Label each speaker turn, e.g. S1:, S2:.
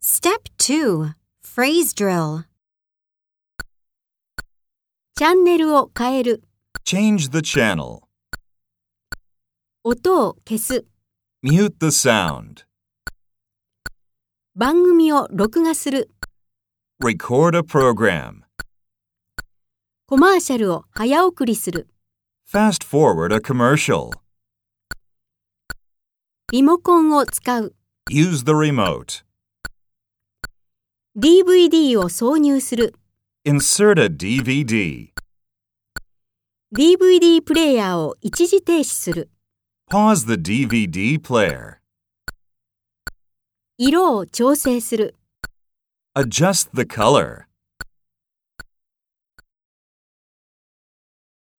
S1: Step 2 Phrase Drill
S2: チャンネルを変える、
S3: Change the channel.
S2: 音を消す、
S3: Mute the sound.
S2: 番組を録画する、
S3: Record a program.
S2: コマーシャルを早送りする、
S3: Fast forward a commercial.
S2: リモコンを使う、
S3: Use the remote.
S2: DVD を挿入する、
S3: Insert a DVD.
S2: DVD プレイヤーを一時停止する、
S3: Pause the DVD player.
S2: 色を調整する。
S3: Adjust the color.